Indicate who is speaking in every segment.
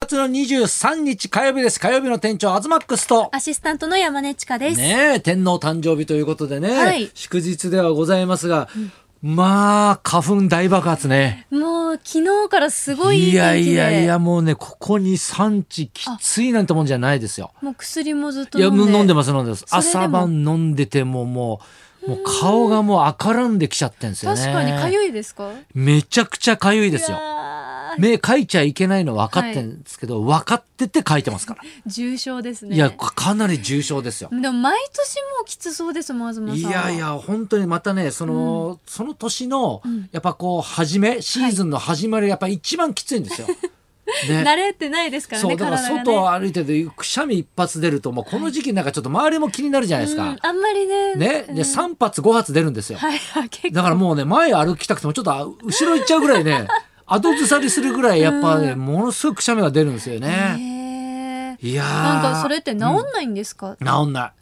Speaker 1: 月の23日火曜日です。火曜日の店長、アズマックスと。
Speaker 2: アシスタントの山根千佳です。
Speaker 1: ねえ、天皇誕生日ということでね、
Speaker 2: はい
Speaker 1: 祝日ではございますが、まあ、花粉大爆発ね。
Speaker 2: もう昨日からすごいいい
Speaker 1: いや
Speaker 2: 天気で
Speaker 1: いやいや、もうね、ここに産地きついなんてもんじゃないですよ。
Speaker 2: もう薬もずっと
Speaker 1: いや、
Speaker 2: 飲んで。
Speaker 1: 飲んでます、飲んでます。
Speaker 2: それでも
Speaker 1: 朝晩飲んでてももう、もう顔がもう赤らんできちゃってんですよね。
Speaker 2: 確かに痒いですか？
Speaker 1: めちゃくちゃ痒いですよ
Speaker 2: い。やー
Speaker 1: 目描いちゃいけないの分かってんですけど、分かってて描いてますから。
Speaker 2: 重症ですね。
Speaker 1: いや、かかなり重症ですよ。
Speaker 2: でも毎年もうきつそうですもん東さん。
Speaker 1: いやい。や、本当にまたね、その、その年の
Speaker 2: ん、
Speaker 1: やっぱこう、始め、シーズンの始まり、やっぱ一番きついん ですよ。ね
Speaker 2: 慣れてないですから
Speaker 1: そう、
Speaker 2: ね。
Speaker 1: だから
Speaker 2: 体がね
Speaker 1: 外を歩いてて、くしゃみ一発出ると、もうこの時期なんかちょっと周りも気になるじゃないです
Speaker 2: う
Speaker 1: か
Speaker 2: ん。あんまりね。
Speaker 1: ね、
Speaker 2: うん
Speaker 1: で、3発5発出るんですよ。
Speaker 2: はいはい結構
Speaker 1: だからもうね、前歩きたくても、ちょっとあ後ろ行っちゃうぐらいね、 後ずさりするぐらい、やっぱね、ものすごくくしゃみが出るんですよね。
Speaker 2: へー
Speaker 1: いやー
Speaker 2: なんかそれって治んないんですか？なんか
Speaker 1: 治んない。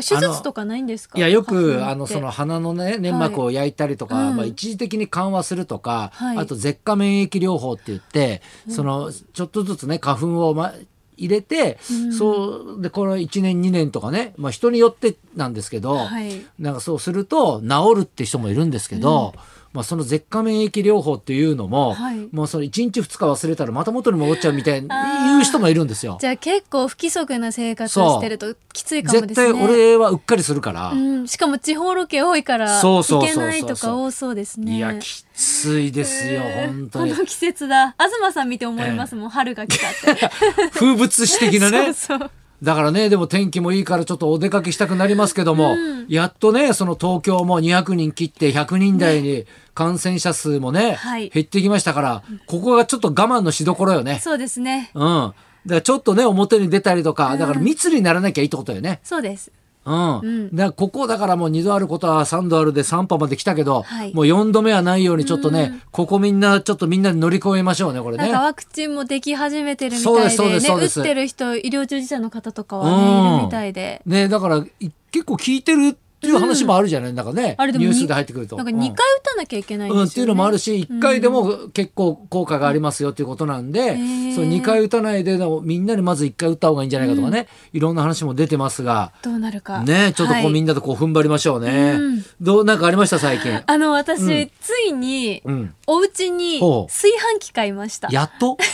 Speaker 2: 手術とかないんですか？
Speaker 1: いやよ
Speaker 2: 花粉っ
Speaker 1: く
Speaker 2: て
Speaker 1: あのその鼻のね粘膜を焼いたりとか、
Speaker 2: はいうん
Speaker 1: まあ、一時的に緩和するとか、
Speaker 2: はい
Speaker 1: あと舌下免疫療法って言って、そのちょっとずつね花粉を、ま、入れて、
Speaker 2: うん
Speaker 1: そうでこの1年2年とかね、まあ、人によってなんですけど、
Speaker 2: はい
Speaker 1: なんかそうすると治るって人もいるんですけど、まあ、その舌下免疫療法っていうのも、
Speaker 2: はい
Speaker 1: もうその1日2日忘れたらまた元に戻っちゃうみたいに
Speaker 2: あー
Speaker 1: 言う人もいるんですよ。
Speaker 2: じゃあ結構不規則な生活をしてるときついかも
Speaker 1: 絶
Speaker 2: ですね。
Speaker 1: 対俺はうっかりするから。
Speaker 2: うん、しかも地方ロケ多いから
Speaker 1: そうそうそ
Speaker 2: 行
Speaker 1: う
Speaker 2: け
Speaker 1: そう
Speaker 2: ないとか多そうですね。
Speaker 1: いやきついですよ、
Speaker 2: えー
Speaker 1: 本当 に
Speaker 2: この季節だ。東さん見て思いますもん、春が来た って。
Speaker 1: 風物詩的なね
Speaker 2: そうそう。
Speaker 1: だからねでも天気もいいからちょっとお出かけしたくなりますけども、
Speaker 2: うん
Speaker 1: やっとねその東京も200人切って100人台に感染者数もね、
Speaker 2: はい
Speaker 1: 減ってきましたからここがちょっと我慢のしどころよね
Speaker 2: そうですね。
Speaker 1: うんだからちょっとね表に出たりとかだから密にならなきゃいいってことよね
Speaker 2: そうです。
Speaker 1: うん、
Speaker 2: ん
Speaker 1: だからここだからもう2度あることは3度あるで3波まで来たけど、
Speaker 2: はい
Speaker 1: もう4度目はないようにちょっとね、ここみんなちょっとみんなで乗り越えましょうねこれね
Speaker 2: なんかワクチンもでき始めてるみ
Speaker 1: そう
Speaker 2: た
Speaker 1: で
Speaker 2: い
Speaker 1: す
Speaker 2: で
Speaker 1: そうですそう
Speaker 2: ね、打
Speaker 1: で
Speaker 2: っ
Speaker 1: す
Speaker 2: てる人、医療従事者の方とかは
Speaker 1: うん
Speaker 2: ね、いるみたいで。
Speaker 1: ねだからい結構聞いてるっていう話もあるじゃない、なんかね
Speaker 2: あれでも
Speaker 1: ニュー
Speaker 2: に
Speaker 1: スで入ってくると。
Speaker 2: なんか2回打たなきゃいけないん
Speaker 1: うんうん、っ
Speaker 2: です
Speaker 1: てい
Speaker 2: よ、ね
Speaker 1: うのもあるし1回でも結構効果がありますよっていうことなんで、
Speaker 2: ー
Speaker 1: その2回打たないでのみんなでまず1回打った方がいいんじゃないかとかね、いろんな話も出てますが
Speaker 2: どうなるか。
Speaker 1: ねちょっとこうみ
Speaker 2: なん
Speaker 1: なでこう踏ん張りましょうね。
Speaker 2: うん
Speaker 1: どうなんかありました最近。
Speaker 2: あの、私、
Speaker 1: うん
Speaker 2: ついに、
Speaker 1: うん、
Speaker 2: お家に
Speaker 1: ほう
Speaker 2: 炊飯器買いました。
Speaker 1: やっと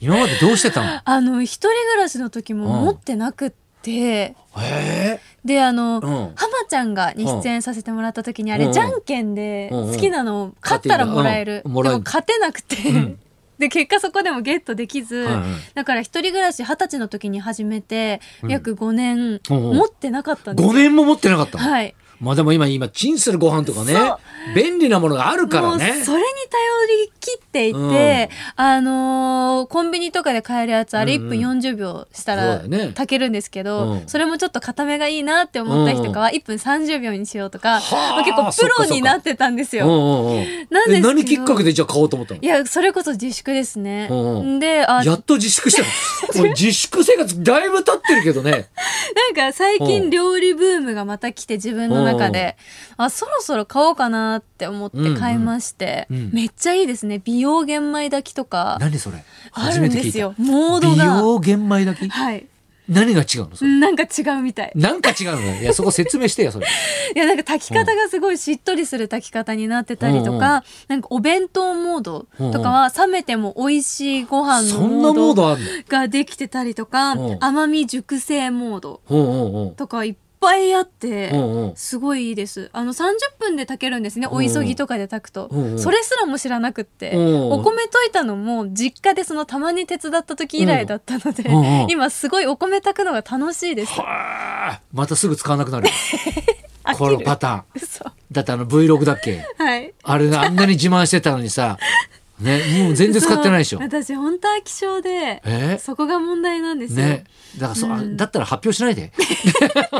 Speaker 1: 今までどうして たの
Speaker 2: あの一人暮らしの時も
Speaker 1: うん
Speaker 2: 持ってなくって、
Speaker 1: へえ。
Speaker 2: であ
Speaker 1: う
Speaker 2: の、
Speaker 1: ん
Speaker 2: 浜ちゃんがに出演させてもらった時にあ
Speaker 1: う
Speaker 2: れ、
Speaker 1: ん
Speaker 2: じゃんけんで
Speaker 1: うんうん
Speaker 2: 好きなのを勝ったらもらえる、
Speaker 1: うんもらえ
Speaker 2: で
Speaker 1: る
Speaker 2: も勝てなくて、
Speaker 1: ん
Speaker 2: で結果そこでもゲットできず、
Speaker 1: はいはい
Speaker 2: だから一人暮らし二十歳の時に始めて、
Speaker 1: うん
Speaker 2: 約5年
Speaker 1: うんうん
Speaker 2: 持ってなかったんです
Speaker 1: 5年も持ってなかったの、
Speaker 2: はい
Speaker 1: まあでも今今チンするご飯とかね
Speaker 2: そう
Speaker 1: 便利なものがあるから
Speaker 2: も
Speaker 1: ね
Speaker 2: うそれに頼り切っていて、あのーコンビニとかで買えるやつあれ
Speaker 1: うんう
Speaker 2: 1
Speaker 1: ん
Speaker 2: 分40秒した
Speaker 1: そう
Speaker 2: ら
Speaker 1: だよね
Speaker 2: 炊けるんですけど、
Speaker 1: うん
Speaker 2: それもちょっと固めがいいなって思った日とかは1分30秒にしようとか、
Speaker 1: はあ
Speaker 2: まあ結構プロになってたんです
Speaker 1: うん
Speaker 2: よ。
Speaker 1: うんうん
Speaker 2: なんです
Speaker 1: え
Speaker 2: けど
Speaker 1: 何きっかけでじゃあ買おうと思ったの
Speaker 2: いやそれこそ自粛ですね。
Speaker 1: うんうん
Speaker 2: であ
Speaker 1: やっと自粛した のもう自粛生活だいぶ経ってるけどね
Speaker 2: なんか最
Speaker 1: うん
Speaker 2: 近料理ブームがまた来て自分の中で、あそろそろ買おうかなって思って買いまして、
Speaker 1: うんうんうん
Speaker 2: めっちゃいいですね美容玄米炊きとか
Speaker 1: 何それ
Speaker 2: あ
Speaker 1: 初
Speaker 2: る
Speaker 1: め
Speaker 2: ん
Speaker 1: て
Speaker 2: で
Speaker 1: 聞い
Speaker 2: す
Speaker 1: た
Speaker 2: よモード
Speaker 1: 美
Speaker 2: が。
Speaker 1: 容玄米だけ
Speaker 2: はい。
Speaker 1: 何が違うのそれ
Speaker 2: なんか違うみたい。
Speaker 1: なんか違うのいやそこ説明してよそれ
Speaker 2: いや、なんか炊き方がすごいしっとりする炊き方になってたりと
Speaker 1: うんう
Speaker 2: か、なんかお弁当モードとかは冷めても美味しいご飯の
Speaker 1: そんなモー
Speaker 2: モード
Speaker 1: ドあんの
Speaker 2: ができてたりとか
Speaker 1: うん、
Speaker 2: 甘み熟成モード
Speaker 1: うんうんうん
Speaker 2: とかいっぱいあって
Speaker 1: う、んうん
Speaker 2: すごいいいです。あの30分で炊けるんですね。
Speaker 1: うん
Speaker 2: お急ぎとかで炊くと
Speaker 1: うんう。ん
Speaker 2: それすらも知らなくって。
Speaker 1: うん
Speaker 2: お米といたのも実家でそのたまに手伝った時以来だったので
Speaker 1: うんうん、
Speaker 2: 今すごいお米炊くのが楽しい です。
Speaker 1: はあまたすぐ使わなくなる
Speaker 2: 飽
Speaker 1: こ
Speaker 2: き
Speaker 1: の
Speaker 2: る
Speaker 1: パターン
Speaker 2: 嘘。
Speaker 1: だってあの Vlog だっけ
Speaker 2: はい。
Speaker 1: あれあんなに自慢してたのにさねもう全然使ってないでしょ
Speaker 2: そう私本当は気性で
Speaker 1: え
Speaker 2: そこが問題なんですよ、
Speaker 1: ねだからそ、うあだったら発表しないで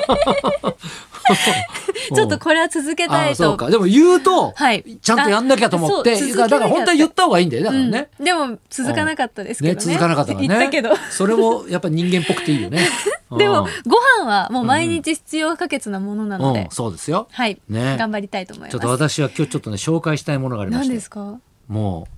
Speaker 2: ちょっとこれは続けた
Speaker 1: あ
Speaker 2: い
Speaker 1: そう
Speaker 2: と
Speaker 1: かでも言うと、
Speaker 2: はい
Speaker 1: ちゃんとやんなきゃと思って
Speaker 2: あそう
Speaker 1: だからだから本当は言った方がいいんだよだからね,、
Speaker 2: うん、でも続かなかったですけど
Speaker 1: ね
Speaker 2: ね,、
Speaker 1: 続かなかったからね
Speaker 2: 言ったけど
Speaker 1: それもやっぱ人間っぽくていいよね
Speaker 2: で
Speaker 1: う
Speaker 2: も
Speaker 1: ん
Speaker 2: ご飯はもう毎日必要不可欠なものなので、
Speaker 1: うん、そうですよ
Speaker 2: はい、
Speaker 1: ね
Speaker 2: 頑張りたいと思います
Speaker 1: ちょっと私は今日ちょっとね紹介したいものがありまし
Speaker 2: 何
Speaker 1: て
Speaker 2: ですか
Speaker 1: も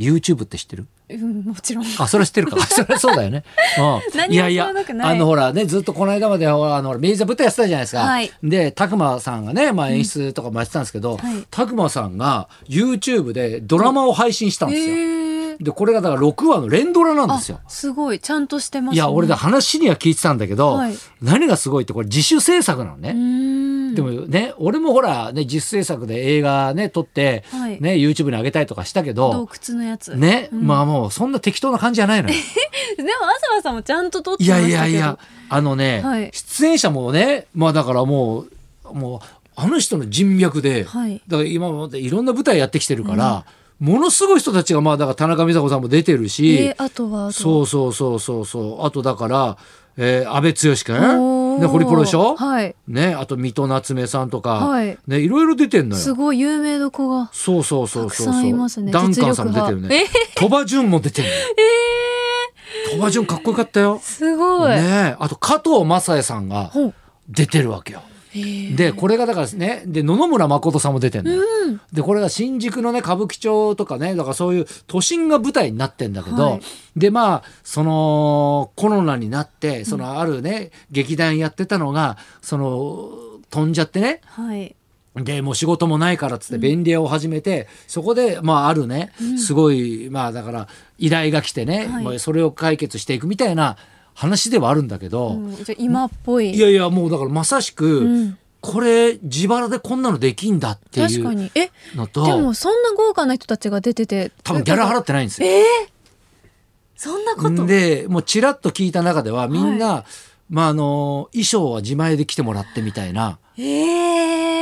Speaker 1: う YouTube って知ってる
Speaker 2: うん、もちろん。
Speaker 1: あ、それは知ってるか。それはそうだよね。うん。
Speaker 2: 何も知らなくな
Speaker 1: あ
Speaker 2: い
Speaker 1: の、ほらね、ずっとこの間まで、ほら、あの、ほら明治座舞台やってたじゃないですか。
Speaker 2: はい
Speaker 1: で、たくまさんがね、まあ演出とかもやってたんですけど
Speaker 2: はい、
Speaker 1: たくまさんが YouTube でドラマを配信したんですよ。
Speaker 2: へえ。
Speaker 1: で、これがだから6話の連ドラなん
Speaker 2: あ
Speaker 1: ですよ。、
Speaker 2: すごい。ちゃんとしてます、ね。
Speaker 1: いや、俺だ、。話には聞いてたんだけど
Speaker 2: はい、
Speaker 1: 何がすごいって、これ自主制作なのね。
Speaker 2: うーん。
Speaker 1: でもね、俺もほら、ね、実制作で映画ね、撮って、
Speaker 2: はい
Speaker 1: ね、YouTube に上げたりとかしたけど
Speaker 2: 洞、窟のやつ。
Speaker 1: ね、
Speaker 2: うん
Speaker 1: まあもうそんな適当な感じじゃないのよ。
Speaker 2: でも、浅場さんもちゃんと撮って
Speaker 1: い
Speaker 2: ま
Speaker 1: や
Speaker 2: したけど。
Speaker 1: いやいや。、あのね、
Speaker 2: はい
Speaker 1: 出演者もね、まあだからもう、もう、あの人の人脈で、
Speaker 2: はい
Speaker 1: だから今までいろんな舞台やってきてるから、ものすごい人たちが、まあだから田中美佐子さんも出てるし、
Speaker 2: えー、あとは、あとは
Speaker 1: そうそうそうそうそう、あとだから、えー、安倍剛
Speaker 2: お
Speaker 1: 君、
Speaker 2: ー
Speaker 1: ね、ホリプロでしょ、
Speaker 2: はい。
Speaker 1: ね、あと水戸夏目さんとか、
Speaker 2: はい
Speaker 1: ね、いろいろ出てんのよ。
Speaker 2: すごい有名どこが。
Speaker 1: そうそうそうそうそう。
Speaker 2: たくさんいますね
Speaker 1: ダンカンさんも出てる
Speaker 2: 実力
Speaker 1: ね
Speaker 2: 派。
Speaker 1: 鳥羽潤も出てるのよ。
Speaker 2: え
Speaker 1: 鳥羽潤かっこよかったよ
Speaker 2: ー、。すごい。
Speaker 1: ねえあと加藤正也さんが
Speaker 2: ほう。
Speaker 1: 出てるわけよ。
Speaker 2: えー、
Speaker 1: で、これがだからね、で、野々村誠さんも出てんのよ。
Speaker 2: うん。
Speaker 1: で、これが新宿のね、歌舞伎町とかね、だからそういう都心が舞台になってんだけど、
Speaker 2: はい
Speaker 1: で、まあ、その、コロナになって、そのあるね、劇団やってたのが、その、飛んじゃってね、
Speaker 2: はい。
Speaker 1: でもう仕事もないからっつって便利屋を始めて、そこでまああるね、すごいまあだから依頼が来てね、
Speaker 2: はい
Speaker 1: まあそれを解決していくみたいな話ではあるんだけど、
Speaker 2: うん、じゃあ今っぽい。
Speaker 1: いやいやもうだからまさしく、
Speaker 2: うん
Speaker 1: これ自腹でこんなのできんだってい
Speaker 2: 確か
Speaker 1: う
Speaker 2: に。え、
Speaker 1: の
Speaker 2: で
Speaker 1: と
Speaker 2: もそんな豪華な人たちが出てて。
Speaker 1: 多分ギャラ払ってないんですよ。
Speaker 2: えー、そんなこと。
Speaker 1: でもうちらっと聞いた中ではみんな、まああの衣装は自前で来てもらってみたいな。
Speaker 2: ええー。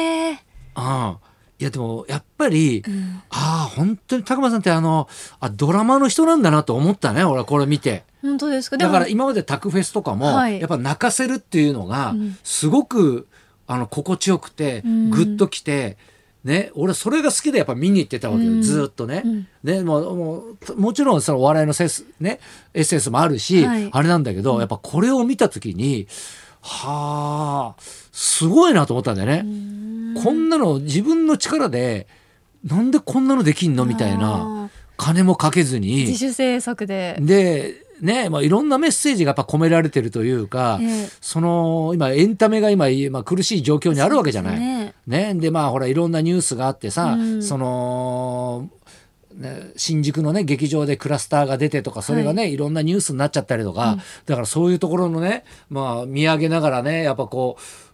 Speaker 1: ああいやでもやっぱり、ああ本当に拓磨さんってあのあドラマの人なんだなと思ったね俺はこれ見て
Speaker 2: 本当ですか。で
Speaker 1: だ
Speaker 2: も
Speaker 1: から今までタクフェスとかも、
Speaker 2: はい
Speaker 1: やっぱ泣かせるっていうのが
Speaker 2: うん
Speaker 1: すごく、あの心地よくて
Speaker 2: うん
Speaker 1: グッときて、ね俺それが好きでやっぱ見に行ってたわけよ、
Speaker 2: うん
Speaker 1: ずーっとね。
Speaker 2: うん
Speaker 1: ねもうもうもちろんそのお笑いのセス、ね、エッセンスもあるし、
Speaker 2: はい
Speaker 1: あれなんだけどやっぱこれを見た時にはあすごいなと思ったんだよね。こんなの自分の力でなんでこんなのできんのみたいな
Speaker 2: あー
Speaker 1: 金もかけず
Speaker 2: 自
Speaker 1: に
Speaker 2: 主制作で。
Speaker 1: でねまあいろんなメッセージがやっぱ込められてるというか、
Speaker 2: ええ
Speaker 1: その今エンタメが今、まあ、苦しい状況にあるわけじゃない。
Speaker 2: そうです
Speaker 1: ね、
Speaker 2: ね
Speaker 1: でまあほらいろんなニュースがあってさ、
Speaker 2: うん
Speaker 1: その、ね新宿のね劇場でクラスターが出てとかそれがね、い、ろんなニュースになっちゃったりとか、だからそういうところのね、まあ、見上げながらねやっぱこう、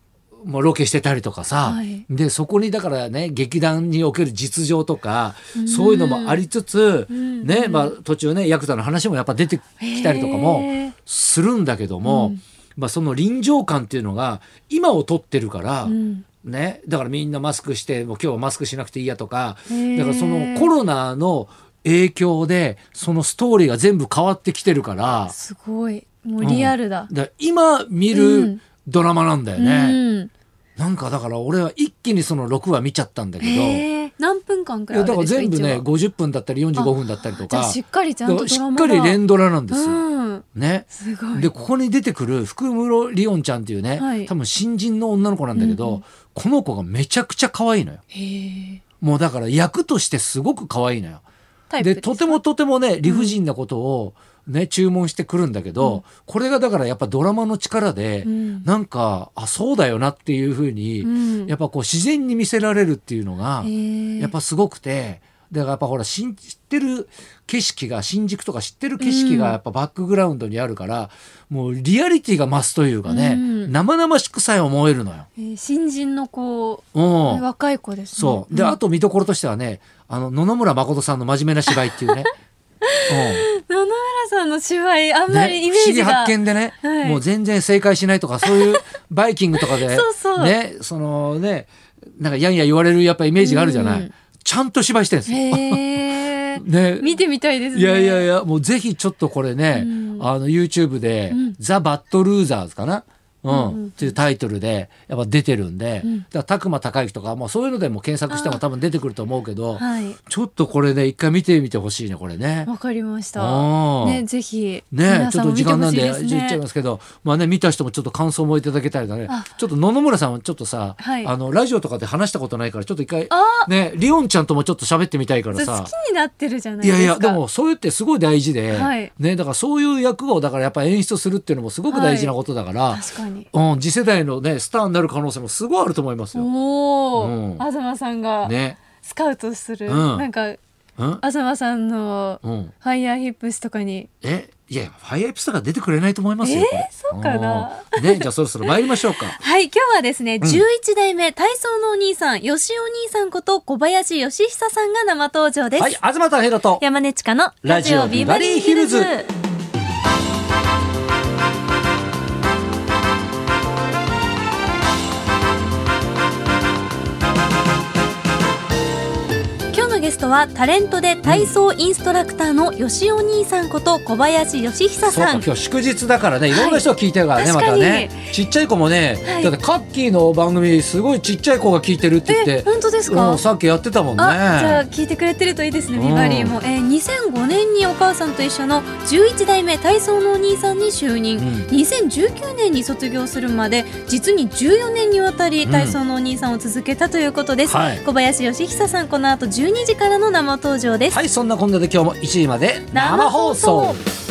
Speaker 1: まあ、ロケしてたりとかさ、
Speaker 2: はい
Speaker 1: でそこにだからね劇団における実情とか、そういうのもありつつ、
Speaker 2: うん
Speaker 1: ねまあ、途中ねヤクザの話もやっぱ出てきたりとかも。
Speaker 2: へー
Speaker 1: するんだけども、まあ、その臨場感っていうのが今を取ってるから、
Speaker 2: うん
Speaker 1: ね、だからみんなマスクしてもう今日はマスクしなくていいやとか
Speaker 2: へー
Speaker 1: だからそのコロナの影響でそのストーリーが全部変わってきてるから
Speaker 2: すごい。もうリアルだ。
Speaker 1: だから今見
Speaker 2: う
Speaker 1: る
Speaker 2: ん
Speaker 1: ドラマなんだよね、
Speaker 2: うん。
Speaker 1: なんかだから俺は一気にその6話見ちゃったんだけど、い
Speaker 2: ええ何分間くらい
Speaker 1: や
Speaker 2: あ
Speaker 1: だ
Speaker 2: る
Speaker 1: か
Speaker 2: ん
Speaker 1: ら
Speaker 2: ですか
Speaker 1: 全部ね
Speaker 2: 一応
Speaker 1: 50分だったり45分だったりと
Speaker 2: じゃあ
Speaker 1: か
Speaker 2: しっかりちゃん
Speaker 1: だ
Speaker 2: とド
Speaker 1: か
Speaker 2: ラ
Speaker 1: らしっ
Speaker 2: マ
Speaker 1: か
Speaker 2: が
Speaker 1: り連ドラなんですよ。
Speaker 2: うん。
Speaker 1: ね、
Speaker 2: すごい。
Speaker 1: でここに出てくる福室リオンちゃんっていうね、
Speaker 2: はい
Speaker 1: 多分新人の女の子なんだけど、この子がめちゃくちゃ可愛いのよ
Speaker 2: へえ。
Speaker 1: もうだから役としてすごく可愛いのよ
Speaker 2: タイプ
Speaker 1: ですとてもとてもね理不尽なことをね、注文してくるんだけど、これがだからやっぱドラマの力で、
Speaker 2: うん
Speaker 1: なんかあそうだよなっていうふう
Speaker 2: う
Speaker 1: に、
Speaker 2: ん
Speaker 1: やっぱこう自然に見せられるっていうのが、
Speaker 2: へえ
Speaker 1: やっぱすごくて。だからやっぱほらしん知ってる景色が新宿とか知ってる景色が
Speaker 2: うん
Speaker 1: やっぱバックグラウンドにあるから、もうリアリティが増すというかね、
Speaker 2: うん
Speaker 1: 生々しくさえ思えるのよ。
Speaker 2: えー新人の子、
Speaker 1: うん、
Speaker 2: 若い子ですね。
Speaker 1: そうで、
Speaker 2: ん
Speaker 1: あと見どころとしてはねあの野々村誠さんの真面目な芝居って いうね、
Speaker 2: 野々村さんの芝居、あ
Speaker 1: うんん
Speaker 2: ま
Speaker 1: ね
Speaker 2: りイ
Speaker 1: 不
Speaker 2: メー
Speaker 1: 思
Speaker 2: ジ
Speaker 1: 議
Speaker 2: が。
Speaker 1: 発見でね、
Speaker 2: はい
Speaker 1: もう全然正解しないとかそう いうバイキングとかで
Speaker 2: そうそう
Speaker 1: ねそのねなんかやんや言われるやっぱイメージがあるじゃない、
Speaker 2: うん
Speaker 1: ちゃんと芝居してるんですよ。
Speaker 2: へ え。
Speaker 1: ね、
Speaker 2: 見てみたいですね。
Speaker 1: いやいやいや、もうぜひちょっとこれね、
Speaker 2: うん
Speaker 1: あの YouTube で、
Speaker 2: ん
Speaker 1: ザ・バッド・ルーザーズかなうんっていうタイトルでやっぱ出てるんで、
Speaker 2: うん
Speaker 1: だから拓磨高之とか、まあ、そういうのでも検索しても多分出てくると思うけど
Speaker 2: はい
Speaker 1: ちょっとこれね一回見てみてほしいねこれね。
Speaker 2: わかりました
Speaker 1: あー
Speaker 2: ねぜひ
Speaker 1: ね
Speaker 2: 皆、
Speaker 1: ちょ
Speaker 2: さ
Speaker 1: っ
Speaker 2: ん
Speaker 1: と
Speaker 2: も
Speaker 1: 時
Speaker 2: 見て
Speaker 1: 間
Speaker 2: ほ
Speaker 1: なん
Speaker 2: しい
Speaker 1: で
Speaker 2: です
Speaker 1: 言っちゃい
Speaker 2: ね
Speaker 1: ますけど、まあね、見た人もちょっと感想もいただけたりだね
Speaker 2: あ。
Speaker 1: ちょっと野々村さんはちょっとさ、
Speaker 2: はい
Speaker 1: あの、ラジオとかで話したことないから、ちょっと一回、
Speaker 2: あ
Speaker 1: ね、リオンちゃんともちょっと喋ってみたいか
Speaker 2: ー
Speaker 1: ら
Speaker 2: ず
Speaker 1: さ
Speaker 2: 好。きになってるじゃない
Speaker 1: い
Speaker 2: です
Speaker 1: や
Speaker 2: か
Speaker 1: いや、でも、そういうってすごい大事で、
Speaker 2: はい
Speaker 1: ね、だからそういう役を、だからやっぱ演出するっていうのもすごく大事なことだから、
Speaker 2: 確かに
Speaker 1: うん、次世代のね、スターになる可能性もすごいあると思いますよ。
Speaker 2: おお、
Speaker 1: うん
Speaker 2: 東さんが
Speaker 1: ね。
Speaker 2: スカウトする、
Speaker 1: うん
Speaker 2: なんか
Speaker 1: うん
Speaker 2: 東さんの
Speaker 1: うん。
Speaker 2: ファイヤーヒップスとかに
Speaker 1: え、いや、ファイアエプスとか出てくれないと思いますよ。
Speaker 2: えー
Speaker 1: これ
Speaker 2: そうかな。
Speaker 1: うんね、じゃあそろそろ参りましょうか。
Speaker 2: はい、今日はですね、11代目体操のお兄さん、吉尾お兄さんこと小林義久さんが生登場 です。
Speaker 1: はい、東田ヘロと。
Speaker 2: 山根千佳の
Speaker 1: ラ
Speaker 2: ラ
Speaker 1: ジ
Speaker 2: ジ
Speaker 1: オ
Speaker 2: オ
Speaker 1: ビ
Speaker 2: ビ
Speaker 1: バ
Speaker 2: バ
Speaker 1: リ
Speaker 2: リ
Speaker 1: ー
Speaker 2: ー
Speaker 1: ヒ
Speaker 2: ヒ
Speaker 1: ル
Speaker 2: ル
Speaker 1: ズ
Speaker 2: ズ。今日のゲストはタレントで体操インストラクターの吉お兄さんこと小林義久
Speaker 1: そうか
Speaker 2: さん
Speaker 1: 今。日祝日だからねいろんな人が聞いてるからね、
Speaker 2: はい
Speaker 1: またね
Speaker 2: 確
Speaker 1: ちっちゃい子もね、
Speaker 2: はい
Speaker 1: だってカッキーの番組すごいちっちゃい子が聞いてるって言って
Speaker 2: え、本当です
Speaker 1: う
Speaker 2: か
Speaker 1: ん、。さっきやってたもんね
Speaker 2: あ、じゃあ聞いてくれてるといいですね、
Speaker 1: うん
Speaker 2: ビバリーも。えー、2005年にお母さんと一緒の11代目体操のお兄さんに就任。
Speaker 1: うん
Speaker 2: 2019年に卒業するまで実に14年にわたり体操のお兄さんを続けたということです、
Speaker 1: はい
Speaker 2: 小林義久さんこの後12時からの生登場です、
Speaker 1: はいそんなこんなで今日も1時まで生放送
Speaker 2: 生放送